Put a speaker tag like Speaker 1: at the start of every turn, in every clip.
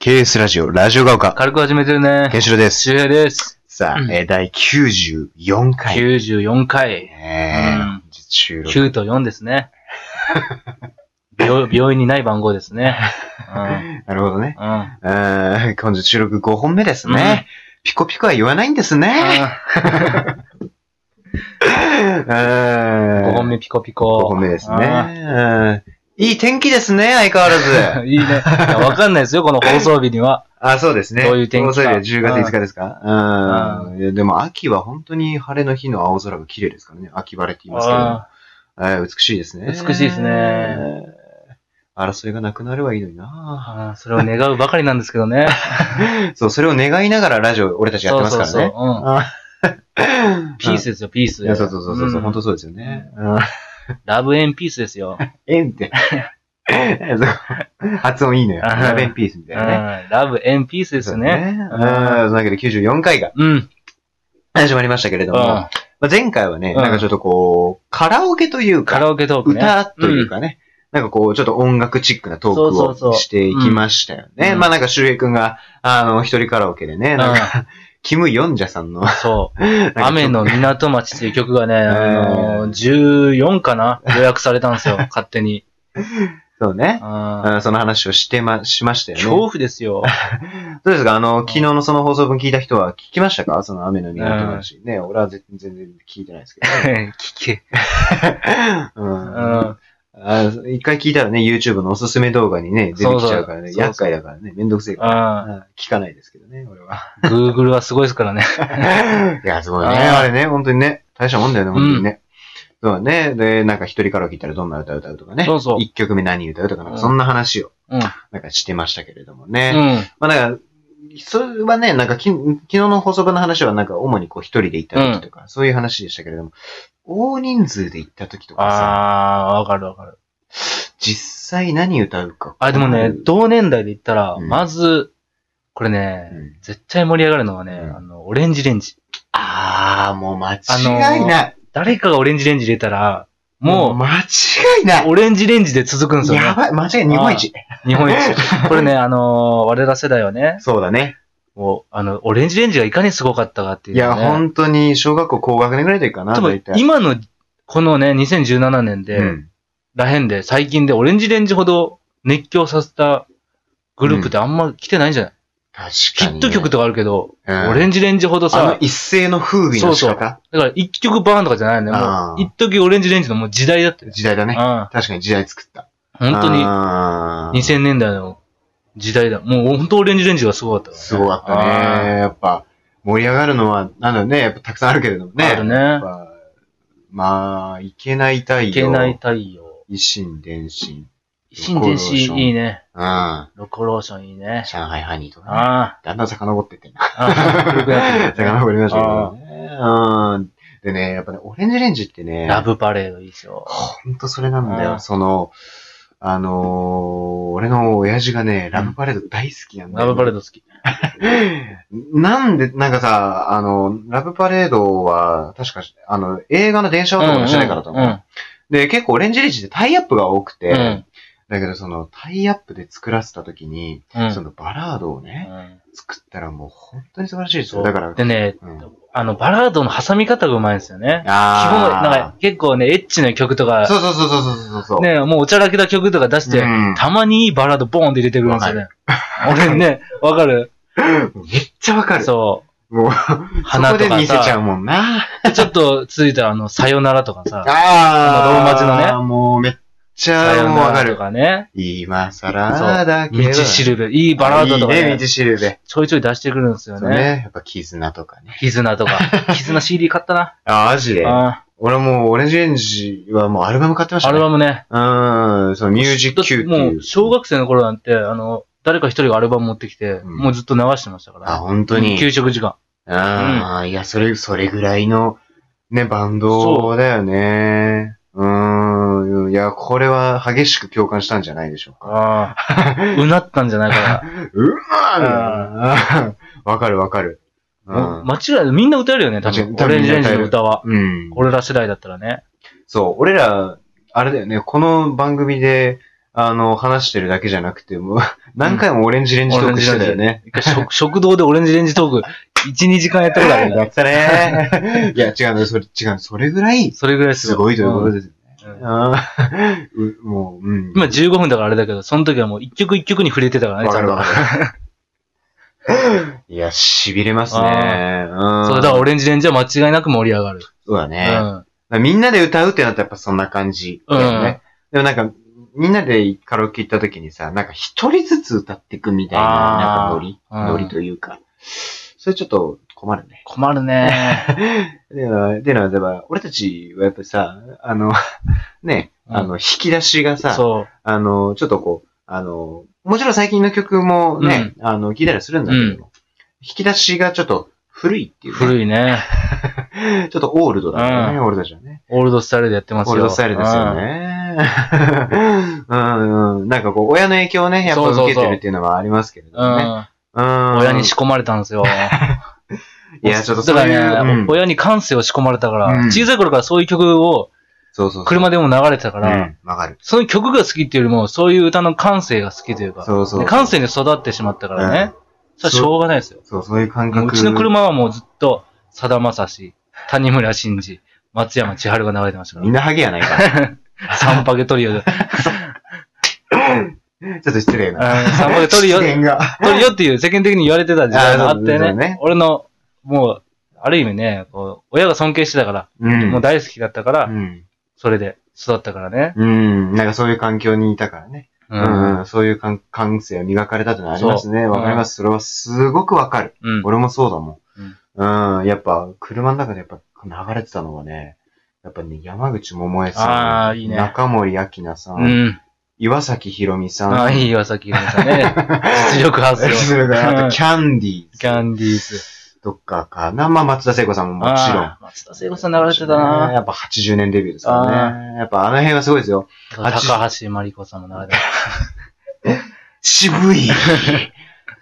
Speaker 1: KS ラジオ、ラジオが丘、
Speaker 2: 軽く始めてるね。
Speaker 1: ケンシロウです。
Speaker 2: 周平です。
Speaker 1: さあ、
Speaker 2: うん
Speaker 1: えー第94回。
Speaker 2: 94回。
Speaker 1: えー
Speaker 2: うん
Speaker 1: 本日収録
Speaker 2: 9と4です ね。病病院にない番号で すね。うん
Speaker 1: なるほどね。
Speaker 2: うん。うん。
Speaker 1: うーん、本日収録5本目ですね。ピコピコは言わないんですね。5
Speaker 2: 5本目ピコピコ。
Speaker 1: 5本目ですね。う
Speaker 2: うん
Speaker 1: いい天気ですね、相変わら ず。
Speaker 2: いいね。いやわかんないですよ、この放送日には。
Speaker 1: あ、そうですね。
Speaker 2: どういう天
Speaker 1: 放
Speaker 2: 気か
Speaker 1: 送日は10月5日ですかうん。いやでも秋は本当に晴れの日の青空が綺麗ですからね。秋晴れって言いますけど。
Speaker 2: あ
Speaker 1: えー美しいですね。
Speaker 2: 美しいですね
Speaker 1: えー。争いがなくなればいいのにな
Speaker 2: あそれを願うばかりなんですけどね。
Speaker 1: そう、それを願いながらラジオ、俺たちやってますからね。
Speaker 2: そうそうそう
Speaker 1: あ
Speaker 2: ピースですよ、ピース。
Speaker 1: いやそうそうそうそう、
Speaker 2: ん
Speaker 1: 本当そうですよね。
Speaker 2: ラブエンピースですよ。
Speaker 1: えんって。そう 発音いいのよ。
Speaker 2: うん
Speaker 1: ラベンピースみた
Speaker 2: うん
Speaker 1: いなね。
Speaker 2: ラブエンピースですね。
Speaker 1: そうだねうん。そんだけど94回が
Speaker 2: うん。
Speaker 1: 始まりましたけれども、まあ前回はね、
Speaker 2: うん
Speaker 1: なんかちょっとこう、カラオケという
Speaker 2: カ
Speaker 1: か、
Speaker 2: ラオケトークね。
Speaker 1: 歌というかね、なんかこう、ちょっと音楽チックなト
Speaker 2: そうそう
Speaker 1: ーク
Speaker 2: そう
Speaker 1: をしていきましたよね。
Speaker 2: うん
Speaker 1: まあなんか、周平くんが、あの、一人カラオケでね、なんか、キム・ヨンジャさんの、なんか
Speaker 2: そう。
Speaker 1: ちょっと
Speaker 2: 雨の港町という曲がね、あのー、14かな予約された んですよ、勝手に。
Speaker 1: そうね。
Speaker 2: あ
Speaker 1: うんその話をしてま、しました
Speaker 2: ー
Speaker 1: よね。
Speaker 2: 恐怖ですよ。
Speaker 1: どうですかあの、昨日のその放送分聞いた人は聞きましたかその雨の苦手の話。ね、俺は全全然 聞いてないですけ どね。
Speaker 2: 聞け。
Speaker 1: うん
Speaker 2: うん。
Speaker 1: あ一回聞いたらね、YouTube のおすすめ動画にね、出てきちゃうからね、
Speaker 2: そうそう
Speaker 1: 厄介だからね、めんどくせえから。
Speaker 2: あ
Speaker 1: うん聞かないですけどね、俺 は。
Speaker 2: ー Google はすごいですか らね。
Speaker 1: いや、すごいね。
Speaker 2: あー
Speaker 1: あれね、本当にね。大したもんだよね、本当にね。そうね。で、なんか一人カラオケ行ったらどんな歌歌うとかね。
Speaker 2: そうそう
Speaker 1: 一曲目何歌うとか、なん
Speaker 2: う
Speaker 1: か
Speaker 2: ん
Speaker 1: そんな話を、
Speaker 2: うん。
Speaker 1: なんかしてましたけれども
Speaker 2: う
Speaker 1: ね。
Speaker 2: ん。
Speaker 1: まあなんか、それはね、なんかき、昨日の放送分の話はなんか主にこう一人で行った時とか、そういう話でしたけれども、大人数で行った時とかさ、
Speaker 2: あー、わかるわかる。
Speaker 1: 実際何歌うか。
Speaker 2: あ、でもね、同年代で言ったら、
Speaker 1: うん
Speaker 2: まず、これ
Speaker 1: う
Speaker 2: ね、
Speaker 1: ん
Speaker 2: 絶対盛り上がるのはね、
Speaker 1: うん
Speaker 2: あの、オレンジレンジ。
Speaker 1: あー、もう間違いない。
Speaker 2: 誰かがオレンジレンジ入れたら、も
Speaker 1: 間違いな
Speaker 2: う、
Speaker 1: い。
Speaker 2: オレンジレンジで続くんですよ
Speaker 1: や
Speaker 2: ね。
Speaker 1: ばい、間違いない、日本一。
Speaker 2: 日本一。これね、あのー、我ら世代はね、
Speaker 1: そうだね。
Speaker 2: もう、あの、オレンジレンジがいかにすごかったかっていう、
Speaker 1: い
Speaker 2: ね。
Speaker 1: や、本当に、小学校高学年ぐらいの時かな、
Speaker 2: 多分
Speaker 1: 大体。
Speaker 2: 今の、このね、2017年で、
Speaker 1: うん
Speaker 2: らへんで、最近でオレンジレンジほど熱狂させたグループってあんま来てないんじゃない、
Speaker 1: 確
Speaker 2: ヒ
Speaker 1: かにね。
Speaker 2: ット曲とかあるけど、
Speaker 1: うん
Speaker 2: オレンジレンジほど
Speaker 1: あの
Speaker 2: さ、
Speaker 1: 一世の風靡の仕
Speaker 2: そ
Speaker 1: 方
Speaker 2: うだから一曲バーンとかじゃないのよ。も
Speaker 1: あ
Speaker 2: う
Speaker 1: ー
Speaker 2: 一時オレンジレンジのもう時代だって。
Speaker 1: 時代だ
Speaker 2: うん。
Speaker 1: ね。
Speaker 2: 本
Speaker 1: 確かに時代作った。
Speaker 2: 当に、
Speaker 1: に
Speaker 2: 2000年代の時代だ。もう本当オレンジレンジがすごかったからね、
Speaker 1: すごかったね。やっぱ、盛り上がるのは、なんだろうね、やっぱたくさんあるけれどもね。
Speaker 2: あるね
Speaker 1: やっぱまあ、いけない太陽。
Speaker 2: いけない太陽。
Speaker 1: 維新伝心。
Speaker 2: 新天使いいね。
Speaker 1: うん。上
Speaker 2: ロコローションいいね。
Speaker 1: 海ハニーとかね。
Speaker 2: あ
Speaker 1: だんだん遡ってってんな。
Speaker 2: あ。ああ古くなってくる ね
Speaker 1: 遡りましたけどね。うん。でね、やっぱね、オレンジレンジってね、
Speaker 2: ラブパレードいいですよ。
Speaker 1: ほんとそれなんだ
Speaker 2: うん
Speaker 1: よ。その、あのー、俺の親父がね、ラブパレード大好きなんだ
Speaker 2: ラ
Speaker 1: よ。
Speaker 2: ブパレード好き。
Speaker 1: なんで、なんかさ、あの、ラブパレードは、確か、あの、映画の電車男の主題歌だと思う。
Speaker 2: うん
Speaker 1: で、結構オレンジレンジってタイアップが多くて、
Speaker 2: うん
Speaker 1: だけどそのタイアップで作らせた時に、
Speaker 2: うん。
Speaker 1: そのバラードをね、
Speaker 2: うん
Speaker 1: 作ったらもう本当に素晴らしいです
Speaker 2: そ
Speaker 1: よ。
Speaker 2: う
Speaker 1: だから、
Speaker 2: でね、
Speaker 1: うん、あ
Speaker 2: あの、バラードの挟み方がうまいんですよね。基本、
Speaker 1: あ
Speaker 2: なんか結構ね、エッチな曲とか、
Speaker 1: そうそうそうそうそうそう。
Speaker 2: ね、もうおちゃらけた曲とか出して
Speaker 1: う、ん
Speaker 2: たまにいいバラードボーンって入れてくるんですよね。俺ね、わかる
Speaker 1: めっちゃわかる。
Speaker 2: そ
Speaker 1: もう、
Speaker 2: う。
Speaker 1: そこ
Speaker 2: 花と
Speaker 1: で
Speaker 2: か
Speaker 1: 見せちゃう
Speaker 2: さ、
Speaker 1: もんな。
Speaker 2: ちょっと続いたらあの、さよならとかさ、
Speaker 1: あ
Speaker 2: あのローマ字の
Speaker 1: ね。もうめっち
Speaker 2: さ
Speaker 1: ゃ
Speaker 2: よ
Speaker 1: もうわか
Speaker 2: な
Speaker 1: ら
Speaker 2: と
Speaker 1: る。
Speaker 2: かね、
Speaker 1: 今更だけど。
Speaker 2: 道しるべ、いいバラードとか
Speaker 1: いい
Speaker 2: ね
Speaker 1: ね、道、しるべ。
Speaker 2: ちょいちょい出してくるんですよ
Speaker 1: そう
Speaker 2: ね。
Speaker 1: ね。やっぱ絆とかね。
Speaker 2: 絆とか。絆 CD 買ったな。
Speaker 1: あ、マジで
Speaker 2: あ
Speaker 1: 俺もうオレンジレンジはもうアルバム買ってまし
Speaker 2: ア
Speaker 1: た
Speaker 2: ル
Speaker 1: ね。
Speaker 2: バムね。
Speaker 1: うん、そのミュージック Q って
Speaker 2: も
Speaker 1: いう
Speaker 2: う、。小学生の頃なんて、あの、誰か一人がアルバム持ってきて、
Speaker 1: うん
Speaker 2: もうずっと流してましたから。
Speaker 1: あ、本当に。
Speaker 2: 給食時間。
Speaker 1: ああ、いや、それ、それぐらいの、ね、バンドだよね。うん。いや、これは激しく共感したんじゃないでしょうか。
Speaker 2: ああ。うなったんじゃな いか
Speaker 1: うまーんわかるわかる。う。
Speaker 2: な。もうん間違いない。みんな歌えるよね、多分。
Speaker 1: 多
Speaker 2: オ
Speaker 1: 分
Speaker 2: レンジレンジの歌は。
Speaker 1: うん。
Speaker 2: 俺ら世代だったらね。
Speaker 1: そう、俺ら、あれだよね、この番組で、あの、話してるだけじゃなくて、もう、何回もオレンジレンジトークしてたよね。
Speaker 2: 一回食 食堂でオレンジレンジトーク、1、2時間やったことあるんだ。
Speaker 1: やったね。 いや、違うの、それ、違う、それぐらい、
Speaker 2: それぐらい
Speaker 1: す
Speaker 2: す
Speaker 1: ご
Speaker 2: ご
Speaker 1: い
Speaker 2: い。
Speaker 1: ということですよね。
Speaker 2: うん
Speaker 1: あーうもう、うん。
Speaker 2: 今15分だからあれだけど、その時はもう一曲一曲に触れてたからね、
Speaker 1: わ
Speaker 2: ち
Speaker 1: か
Speaker 2: ゃん
Speaker 1: るわ
Speaker 2: と。
Speaker 1: かる。いや、痺れますね。うん。
Speaker 2: そうだからオレンジレンジは間違いなく盛り上がる。
Speaker 1: そうだ
Speaker 2: う
Speaker 1: ね。
Speaker 2: ん。
Speaker 1: まあみんなで歌うってなったらやっぱそんな感じだよね。でもなんか、みんなでカラオケ行った時にさ、なんか一人ずつ歌っていくみたいな、
Speaker 2: あー
Speaker 1: なんかノリ、
Speaker 2: うん
Speaker 1: ノリというか。それちょっと困るね。
Speaker 2: 困るね。
Speaker 1: では、でな、では、俺たちはやっぱりさ、あの、 ね、
Speaker 2: うん
Speaker 1: あの、引き出しがさ、
Speaker 2: そう。
Speaker 1: あの、ちょっとこう、あの、もちろん最近の曲もね、あの、聞いたりするんだけども、引き出しがちょっと古いっていう、ね。
Speaker 2: 古いね。
Speaker 1: ちょっとオールドだったね、俺たちはね。
Speaker 2: オールドスタイルでやってますよ。
Speaker 1: オールドスタイルですよね。 うん、うん、なんかこう、親の影響をね、やっぱ受けてるっていうのはありますけれど
Speaker 2: うん。
Speaker 1: も
Speaker 2: う
Speaker 1: ね。
Speaker 2: ん。
Speaker 1: うん。
Speaker 2: 親に仕込まれたんですよ。
Speaker 1: いや、ちょっとそう
Speaker 2: だか
Speaker 1: いう、
Speaker 2: らね、
Speaker 1: うん
Speaker 2: 親に感性を仕込まれたから、
Speaker 1: うん
Speaker 2: 小さい頃からそういう曲を
Speaker 1: そうそうそう。
Speaker 2: 車でも流れてたか、
Speaker 1: からうん、わかる。
Speaker 2: その曲が好きっていうよりも、そういう歌の感性が好きというか、
Speaker 1: そうそう
Speaker 2: で感性に育ってしまったからね、それはしょうがないですよ。
Speaker 1: そう、そういう感
Speaker 2: もう
Speaker 1: 覚。
Speaker 2: うちの車はもうずっと、さだまさし、谷村新司、松山千春が流れてましたか
Speaker 1: みんなハゲやない か。
Speaker 2: ら、サンパゲトリオで、うん
Speaker 1: ちょっと失礼な。
Speaker 2: サンパゲトリオ、
Speaker 1: 視点が。
Speaker 2: トリオっていう世間的に言われてた時代があって
Speaker 1: あーそうそ
Speaker 2: ね、
Speaker 1: うね
Speaker 2: 俺の、もう、ある意味ね、こう親が尊敬してたから、
Speaker 1: うん。
Speaker 2: もう大好きだったから、
Speaker 1: うん。
Speaker 2: それで育ったからね。
Speaker 1: うん。なんかそういう環境にいたからね。
Speaker 2: う。
Speaker 1: うんん。そういう感感性を磨かれたってのはありますね。
Speaker 2: そう
Speaker 1: わかります。それはすごくわかる。
Speaker 2: うん。
Speaker 1: 俺もそうだもん。うん、やっぱ、車の中でやっぱ流れてたのはね、やっぱね、山口百恵
Speaker 2: あ
Speaker 1: さ
Speaker 2: ー
Speaker 1: ん、
Speaker 2: いいね
Speaker 1: 中森明菜さん、
Speaker 2: うん。
Speaker 1: 岩崎宏美さん、
Speaker 2: ああ、いい岩崎宏美さ んね。実力発
Speaker 1: そ
Speaker 2: 生
Speaker 1: れ。からあとキャンディーズ
Speaker 2: キャンディーズ。
Speaker 1: とかかな、まあ松田聖子さんももちろん
Speaker 2: あ。ー。松田聖子さん流れてたな。
Speaker 1: やっぱ80年デビューですからね。やっぱあの辺はすごいですよ。
Speaker 2: 高橋真理子さんも流れて
Speaker 1: 渋い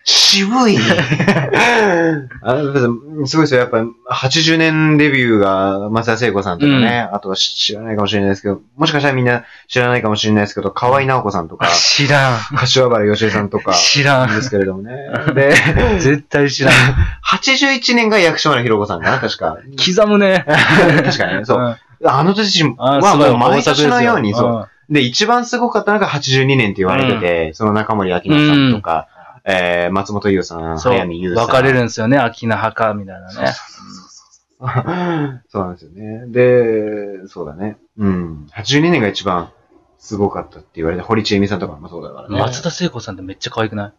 Speaker 1: 渋い あのすごいですよ。やっぱ80年デビューが松田聖子さんとかね、あとは知らないかもしれないですけど、もしかしたらみんな知らないかもしれないですけど、河合直子さんとか
Speaker 2: た。、知らん。
Speaker 1: 柏原芳恵さんとか、
Speaker 2: 知らん。
Speaker 1: ですけれどもね。 で、
Speaker 2: 絶対知らん。
Speaker 1: 81年が薬師丸ひろ子さんかな、確 か。
Speaker 2: 刻むね。
Speaker 1: 確かね、そう。
Speaker 2: ん。
Speaker 1: あの年
Speaker 2: あ
Speaker 1: は
Speaker 2: ーすごい
Speaker 1: もう毎
Speaker 2: 豊作で
Speaker 1: 年
Speaker 2: すよ
Speaker 1: のように、そう。
Speaker 2: ん
Speaker 1: で、一番すごかったのが82年って言われてて、その中森明菜さんとか、えー、松本優さん、
Speaker 2: そう。
Speaker 1: 早見優さん。
Speaker 2: 分かれるんですよね。秋菜派か、みたいなね。
Speaker 1: そうなんですよね。で、そうだね。うん。82年が一番すごかったって言われて、堀ちえみさんとかもそうだからね。
Speaker 2: 松田聖子さんってめっちゃ可愛くない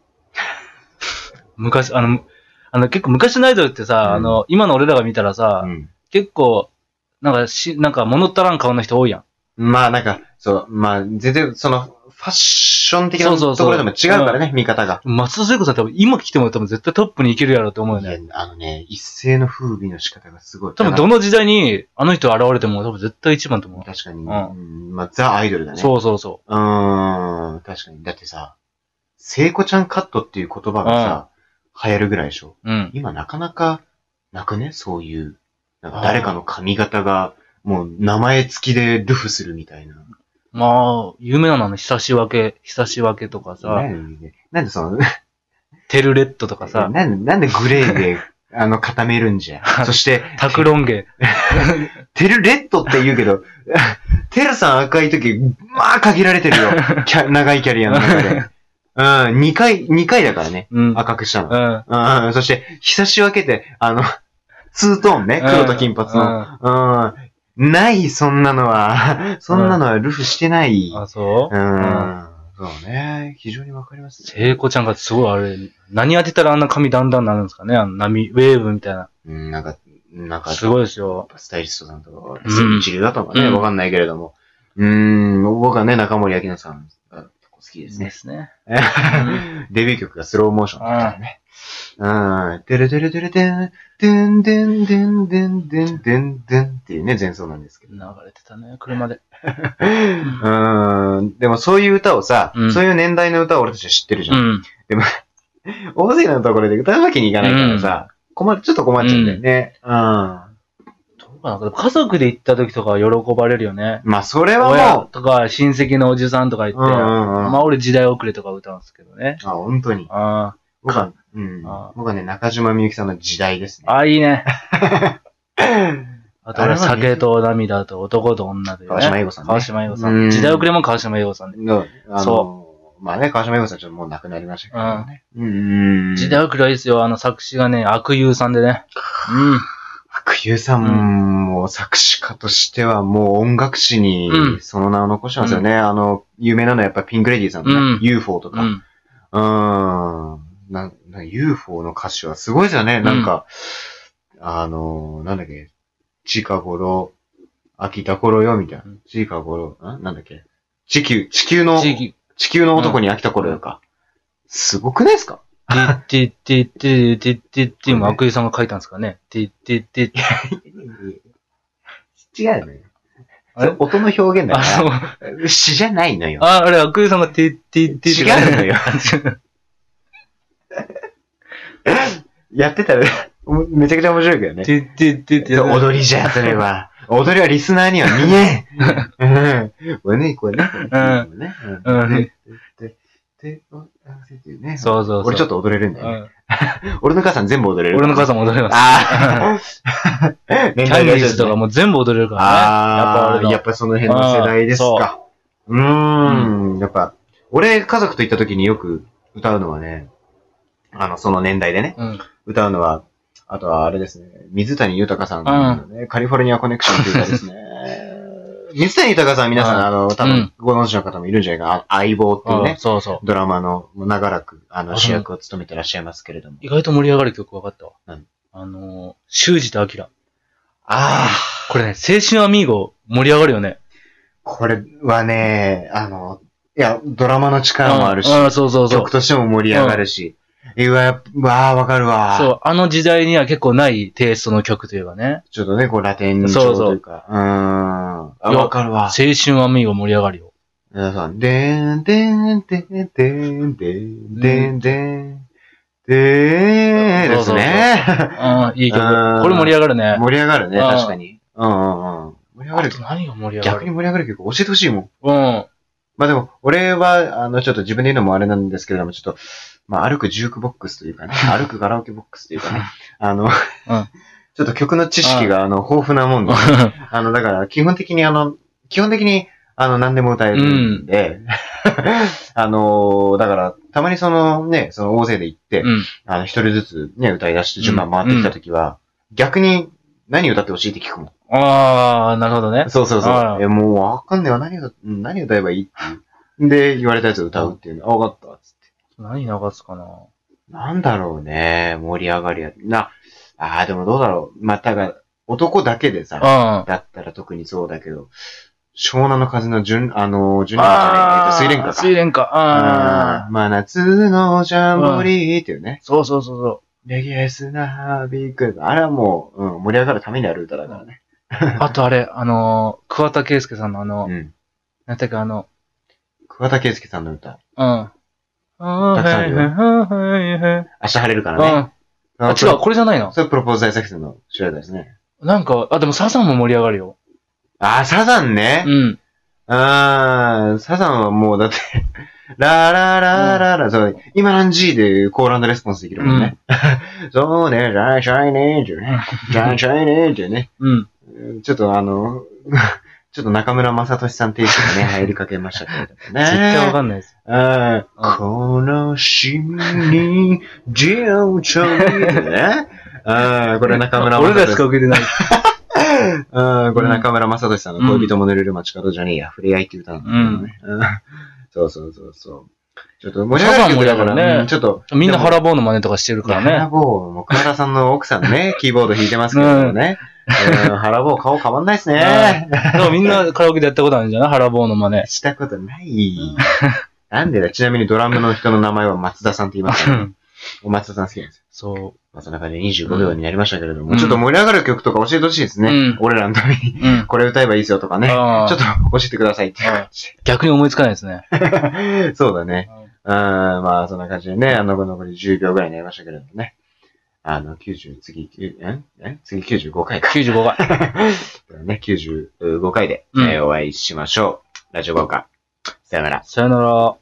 Speaker 2: 昔、あの、あの、結構昔のアイドルってさ、
Speaker 1: うん
Speaker 2: あの、今の俺らが見たらさ
Speaker 1: う、ん。
Speaker 2: 結構、なんかし、なんか物足らん顔の人多いやん。
Speaker 1: まあなんか、そう、まあ全然その、ファッション的な
Speaker 2: そ
Speaker 1: と
Speaker 2: うそうそう
Speaker 1: ころでも違うからね、見方が。
Speaker 2: 松田聖子さん多分今来ても多分絶対トップに行けるやろって思うよ
Speaker 1: い
Speaker 2: ね
Speaker 1: や。あのね、一世の風靡の仕方がすごい。
Speaker 2: 多分どの時代にあの人現れても多分絶対一番と思う。
Speaker 1: 確かに、
Speaker 2: ん
Speaker 1: うん、まあザ・アイドルだね。
Speaker 2: そうそうそう
Speaker 1: ーん、確かに。だってさ、聖子ちゃんカットっていう言葉がさ、流行るぐらいでしょ。
Speaker 2: う。うん。
Speaker 1: 今なかなかなくねそういう。なんか誰かの髪型が、もう名前付きでルフするみたいな。
Speaker 2: まあ、有名なのはね、久し分け、久し分けとかさ、
Speaker 1: なんでなんでその、
Speaker 2: テルレットとか
Speaker 1: な
Speaker 2: さ
Speaker 1: ん、でなんでグレーで、あの、固めるんじゃ。そして、
Speaker 2: タクロンゲ。
Speaker 1: テルレッドって言うけど、 テルさん赤い時、まあ限られてるよ。キャ長いキャリアの中で。うん、2回、二回だからね。
Speaker 2: うん。
Speaker 1: 赤くしたの
Speaker 2: う。ん。
Speaker 1: うん、そして、日差し分けて、あの、ツートーンね、黒と金髪の。
Speaker 2: の。
Speaker 1: うん、ない、そんなのは。 そんなのはルフしてない。
Speaker 2: あ、そうう。うん
Speaker 1: ん、そうね。非常にわかります。
Speaker 2: 聖子ちゃんがすごいあれ、何当てたらあんな髪だんだんなるんですかねあの波、ウェーブみたいな。
Speaker 1: うん、なんか、なんか、
Speaker 2: すごいですよ。
Speaker 1: スタイリストさんとか
Speaker 2: う、ん
Speaker 1: 一流だとかね、
Speaker 2: うん
Speaker 1: わかんないけれども。うん、僕はね、中森明菜さんが好きですね。
Speaker 2: すね。
Speaker 1: デビュー曲がスローモーションだからね。うん。てるてるてるてん、てんてんてんてんてんてんてんっていうね、前奏なんですけど。
Speaker 2: 流れてたね、車で。
Speaker 1: うん。でもそういう歌をさ、
Speaker 2: うん
Speaker 1: そういう年代の歌を俺たちは知ってるじゃ。
Speaker 2: うんん。
Speaker 1: 大勢のところで歌うわけにいかないからさ、困る、ちょっと困っちゃうんだよね。うん。どう
Speaker 2: かな。でも家族で行った時とかは喜ばれるよね。
Speaker 1: まあ、それは
Speaker 2: 親
Speaker 1: も
Speaker 2: とか親戚のおじさんとか言
Speaker 1: う、
Speaker 2: っ
Speaker 1: うんう
Speaker 2: て、
Speaker 1: んうん。
Speaker 2: ま
Speaker 1: あ、
Speaker 2: あ俺時代遅れとか歌うんですけどね。
Speaker 1: 本当に。
Speaker 2: あ
Speaker 1: 僕は、うん
Speaker 2: ああ。
Speaker 1: 僕はね、中島みゆきさんの時代です
Speaker 2: あ、
Speaker 1: ね。
Speaker 2: ああい いね。あと
Speaker 1: あれ
Speaker 2: 俺
Speaker 1: はね
Speaker 2: 酒と涙と男と女で、ね。
Speaker 1: 川島英語さんね
Speaker 2: 川島英語さ。
Speaker 1: うんん
Speaker 2: 時代遅れも川島英語さんで。
Speaker 1: の、あ
Speaker 2: そ
Speaker 1: の、まあね、川島英語さんちょっともう亡くなりましたけどね。うんうん。
Speaker 2: 時代遅れはいいですよ。あの作詞がね、悪友さんでね。
Speaker 1: 白友さ
Speaker 2: うん
Speaker 1: も作詞家としてはもう音楽史に
Speaker 2: うん
Speaker 1: その名を残してますよね。あの、有名なのはやっぱピンクレディーさんのね、
Speaker 2: うん
Speaker 1: UFO と
Speaker 2: うん。
Speaker 1: か。
Speaker 2: う
Speaker 1: うん
Speaker 2: ん。
Speaker 1: なな UFO の歌詞はすごいですよね。
Speaker 2: ん
Speaker 1: なんか、あの、なんだっけ、地下頃、秋田頃よ、みたいな
Speaker 2: うん。
Speaker 1: 地下頃、んなんだっけ。地球、地球の、
Speaker 2: 地域。
Speaker 1: 地球の男に飽きた頃よか。すごくないですか
Speaker 2: ティッティッティッティッティッティッティも悪友さんが書いたんですかね。ティッティッティッティ。
Speaker 1: 違うよね。
Speaker 2: あれ
Speaker 1: 音の表現だ
Speaker 2: あ、
Speaker 1: か
Speaker 2: そう。
Speaker 1: ら、詩じゃないのよ。
Speaker 2: あ、あれ、悪友さんがティッティッティ
Speaker 1: 違
Speaker 2: ッ
Speaker 1: うのよ。
Speaker 2: う。
Speaker 1: やってたら、めちゃくちゃ面白いけどね。
Speaker 2: ティッティッティッティ。
Speaker 1: 踊りじゃ、それは。踊りはリスナーには見 えん。うん。これね、これね。
Speaker 2: う
Speaker 1: ね。
Speaker 2: うん
Speaker 1: でででおあっていうね
Speaker 2: そうそうそう。
Speaker 1: 俺ちょっ
Speaker 2: と。
Speaker 1: と踊れるんだよね。俺の母さん全部踊れる。
Speaker 2: 俺の母
Speaker 1: さん。
Speaker 2: さんも踊れます。
Speaker 1: ああ。 年
Speaker 2: キャ
Speaker 1: 代
Speaker 2: ン
Speaker 1: が
Speaker 2: ディ
Speaker 1: 一
Speaker 2: ー
Speaker 1: 緒
Speaker 2: ズとかもう全部踊れるから
Speaker 1: あ
Speaker 2: ね。や
Speaker 1: あ、やっ
Speaker 2: っぱ俺の。
Speaker 1: ぱその辺の世代ですか。うーん、やっぱ、俺家族と行った時によく歌うのはね、あの、その年代でね、
Speaker 2: うん。
Speaker 1: 歌うのは、あとはあれですね、水谷豊さんのね、カリフォルニアコネクションという歌です ね。水谷豊さん皆さ
Speaker 2: うん
Speaker 1: ん、あの、多
Speaker 2: う
Speaker 1: 分
Speaker 2: ん
Speaker 1: ご存知の方もいるんじゃないかな、相棒っていう
Speaker 2: うん
Speaker 1: ね、
Speaker 2: そうそう。
Speaker 1: ドラマのもう長らく、あ
Speaker 2: う
Speaker 1: の、
Speaker 2: ん
Speaker 1: 主役を務めてらっしゃいますけれども。
Speaker 2: 意外と盛り上がる曲分かったわ。
Speaker 1: 何
Speaker 2: あのー、修二とアキラ。
Speaker 1: ああ、
Speaker 2: これね、青春アミーゴ盛り上がるよね。
Speaker 1: これはね、あの、いや、ドラマの力もあるし、
Speaker 2: うんうんそうそうそう
Speaker 1: 曲。としても盛り上がるし。うわ、やっぱわあ、わかるわ。
Speaker 2: そう、あの時代には結構ないテイストの曲というかね。
Speaker 1: ちょっとね、こう、ラテン
Speaker 2: そう
Speaker 1: 調
Speaker 2: そう
Speaker 1: というか。うーん。あ、
Speaker 2: いや
Speaker 1: わかるわ
Speaker 2: 青。春アミーゴ盛り上がるよ。
Speaker 1: 皆さん、でーん、でーん、でーん、でーん、でーん、でーん、でーん、でーん
Speaker 2: そ
Speaker 1: です
Speaker 2: うそうそう
Speaker 1: ね。
Speaker 2: うん、いい曲。
Speaker 1: うん
Speaker 2: これ盛り上がるね。
Speaker 1: 盛り上がるね、
Speaker 2: うん
Speaker 1: 確かに。うんうんうん。盛り上が
Speaker 2: あ
Speaker 1: る
Speaker 2: と。何が盛り上が
Speaker 1: 逆に
Speaker 2: る
Speaker 1: 盛り上がる曲教えてほしいもん。
Speaker 2: うん。
Speaker 1: まあでも、俺は、あの、ちょっと自分で言うのもあれなんですけれども、ちょっと、まあ、歩くジュークボックスというかね、歩くガラオケボックスというかね、あの、ちょっと曲の知識が、あの、豊富なもんで、あの、だから、基本的に、あの、基本的に、あの、何でも歌えるんで、 あの、だから、たまにそのね、その大勢で行って、
Speaker 2: うん。
Speaker 1: あの、一人ずつね、歌い出して順番回ってきたときは、逆に、何歌ってほしいって聞くもん。
Speaker 2: ああ、なるほどね。
Speaker 1: そうそうそ
Speaker 2: あ
Speaker 1: う。え、もうわかんねえわ。何歌、うん何歌えばいいっていう。で、言われたやつを歌うっていうの。あ、わかった。つって。
Speaker 2: 何流すかな。
Speaker 1: なんだろうね。盛り上がりや。な、ああ、でもどうだろう。まあ、たが、男だけでさ、
Speaker 2: うん。
Speaker 1: だったら特にそうだけど、湘南の風の純、あの、純恋歌じゃ
Speaker 2: あ
Speaker 1: ない
Speaker 2: ー
Speaker 1: 水蓮花か。
Speaker 2: 水蓮花。あ
Speaker 1: あー真夏のジャンボリーっていうね。
Speaker 2: ーそうそうそう そう。
Speaker 1: レギエスナービーク。あれはもう、うん、盛り上がるためにある歌だからね。
Speaker 2: あとあれ、あのー、桑田佳祐さんのあの
Speaker 1: う、ん。
Speaker 2: なんだっけ、あの、
Speaker 1: 桑田佳祐さんの歌。
Speaker 2: うん。
Speaker 1: たくさんあるよ
Speaker 2: うん
Speaker 1: 明日晴れるからね。
Speaker 2: あ、違う、これじゃないな。
Speaker 1: それプロポーズ大作戦の主題歌ですね。
Speaker 2: なんか、あ、でもサザンも盛り上がるよ。
Speaker 1: あー、サザンね
Speaker 2: う。ん。
Speaker 1: あー、サザンはもうだって、 ラララララ、そう、今何 G でコールレスポンスできるもんね。 そうね、シャイシャイネージュ ね。シャイシャイネージュね。
Speaker 2: うん。
Speaker 1: ちょっとあの、 ちょっと中村雅俊さんテイスト がね、入りかけましたけれどもね。
Speaker 2: 絶対わかんないです。
Speaker 1: ああ、悲しみに、ジオチョビ ね。ああ、これ中村
Speaker 2: 俺
Speaker 1: 雅
Speaker 2: らしか
Speaker 1: 俊。
Speaker 2: 受けてない。
Speaker 1: ああ、これ中村雅俊さんの恋人も寝れる街角じゃねえや、触れ合いっていう歌なんだけどね。ああそうそうそうそう。ちょっと盛り上がる曲だから
Speaker 2: サザンも盛り上がるね
Speaker 1: うんちょっと。
Speaker 2: みんな腹棒の真似とかしてるか
Speaker 1: ハラ
Speaker 2: らね。
Speaker 1: ボー、もう桑原さんの奥さんね、キーボード弾いてますけどね。うんハラボー顔変わんないっすね。
Speaker 2: でもみんなカラオケでやったことあるんじゃない腹棒の真似。
Speaker 1: したことない。なんでだちなみにドラムの人の名前は松田さんって言いますね。松田さん好きなんですよ。
Speaker 2: そ
Speaker 1: まあ、そんな感じで25秒になりましたけれども、
Speaker 2: うん
Speaker 1: ちょっと盛り上がる曲とか教えてほしいですね。
Speaker 2: うん
Speaker 1: 俺らのために、
Speaker 2: う。うん。
Speaker 1: これ歌えばいいですよとかね。ちょ
Speaker 2: あー
Speaker 1: っと教えてくださいっていう感じ。
Speaker 2: 逆に思いつかないですね。
Speaker 1: そうだね。うん、まあ、そんな感じでね、あの、残り10秒ぐらいになりましたけれどもね。あの、90、次、ええ次95回か。
Speaker 2: 95回。
Speaker 1: ね、95回で、
Speaker 2: うん
Speaker 1: えーお会いしましょう。ラジオ豪華。さよなら。
Speaker 2: さよなら。